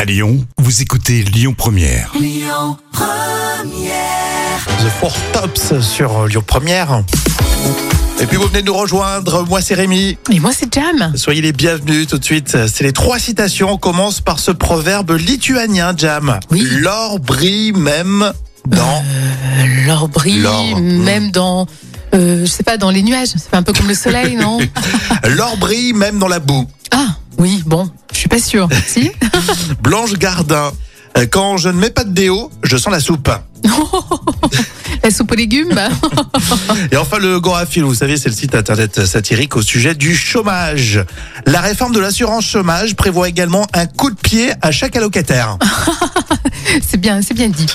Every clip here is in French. À Lyon, vous écoutez Lyon Première. The Four Tops sur Lyon Première. Et puis vous venez de nous rejoindre, moi c'est Rémi. Mais moi, c'est Jam. Soyez les bienvenus tout de suite. C'est les trois citations. On commence par ce proverbe lituanien, Jam. Oui. L'or brille même dans... Euh, L'or brille, L'or, mm. même dans, euh, je sais pas, dans les nuages. C'est un peu comme le soleil, non L'or brille même dans la boue. Ah, oui, bon, je suis pas sûre. Si Blanche Gardin. euh, Quand je ne mets pas de déo, je sens la soupe. La soupe aux légumes bah. Et enfin le Gorafil, vous savez, c'est le site internet satirique au sujet du chômage. La réforme de l'assurance chômage prévoit également un coup de pied à chaque allocataire. C'est bien, c'est bien dit.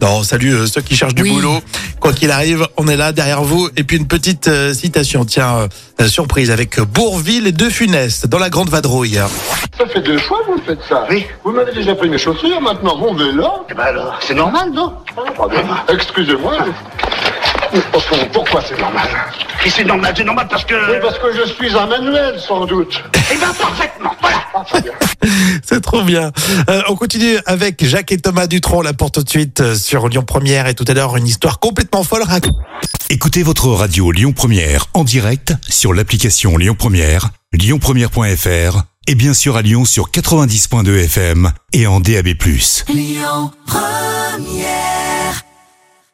Non, salut euh, ceux qui cherchent du Oui. boulot. Quoi qu'il arrive, on est là derrière vous. Et puis une petite euh, citation, tiens, euh, euh, surprise, avec Bourville et De Funès dans la Grande Vadrouille. Ça fait deux fois que vous faites ça. Ah Oui. Vous m'avez déjà pris mes chaussures, maintenant mon vélo. Eh ben alors, c'est normal, non Excusez-moi. je- Pourquoi- Pourquoi c'est normal Et c'est normal, c'est normal parce que... Oui, parce que je suis un manuel, sans doute. Eh ben parfaitement, voilà Ah, très bien. C'est trop bien. Euh, on continue avec Jacques et Thomas Dutronc, là pour tout de suite euh, sur Lyon Première. Et tout à l'heure, une histoire complètement folle racontée. Écoutez votre radio Lyon Première en direct sur l'application Lyon Première, lyonpremière.fr et bien sûr à Lyon sur 90.2 FM et en DAB+.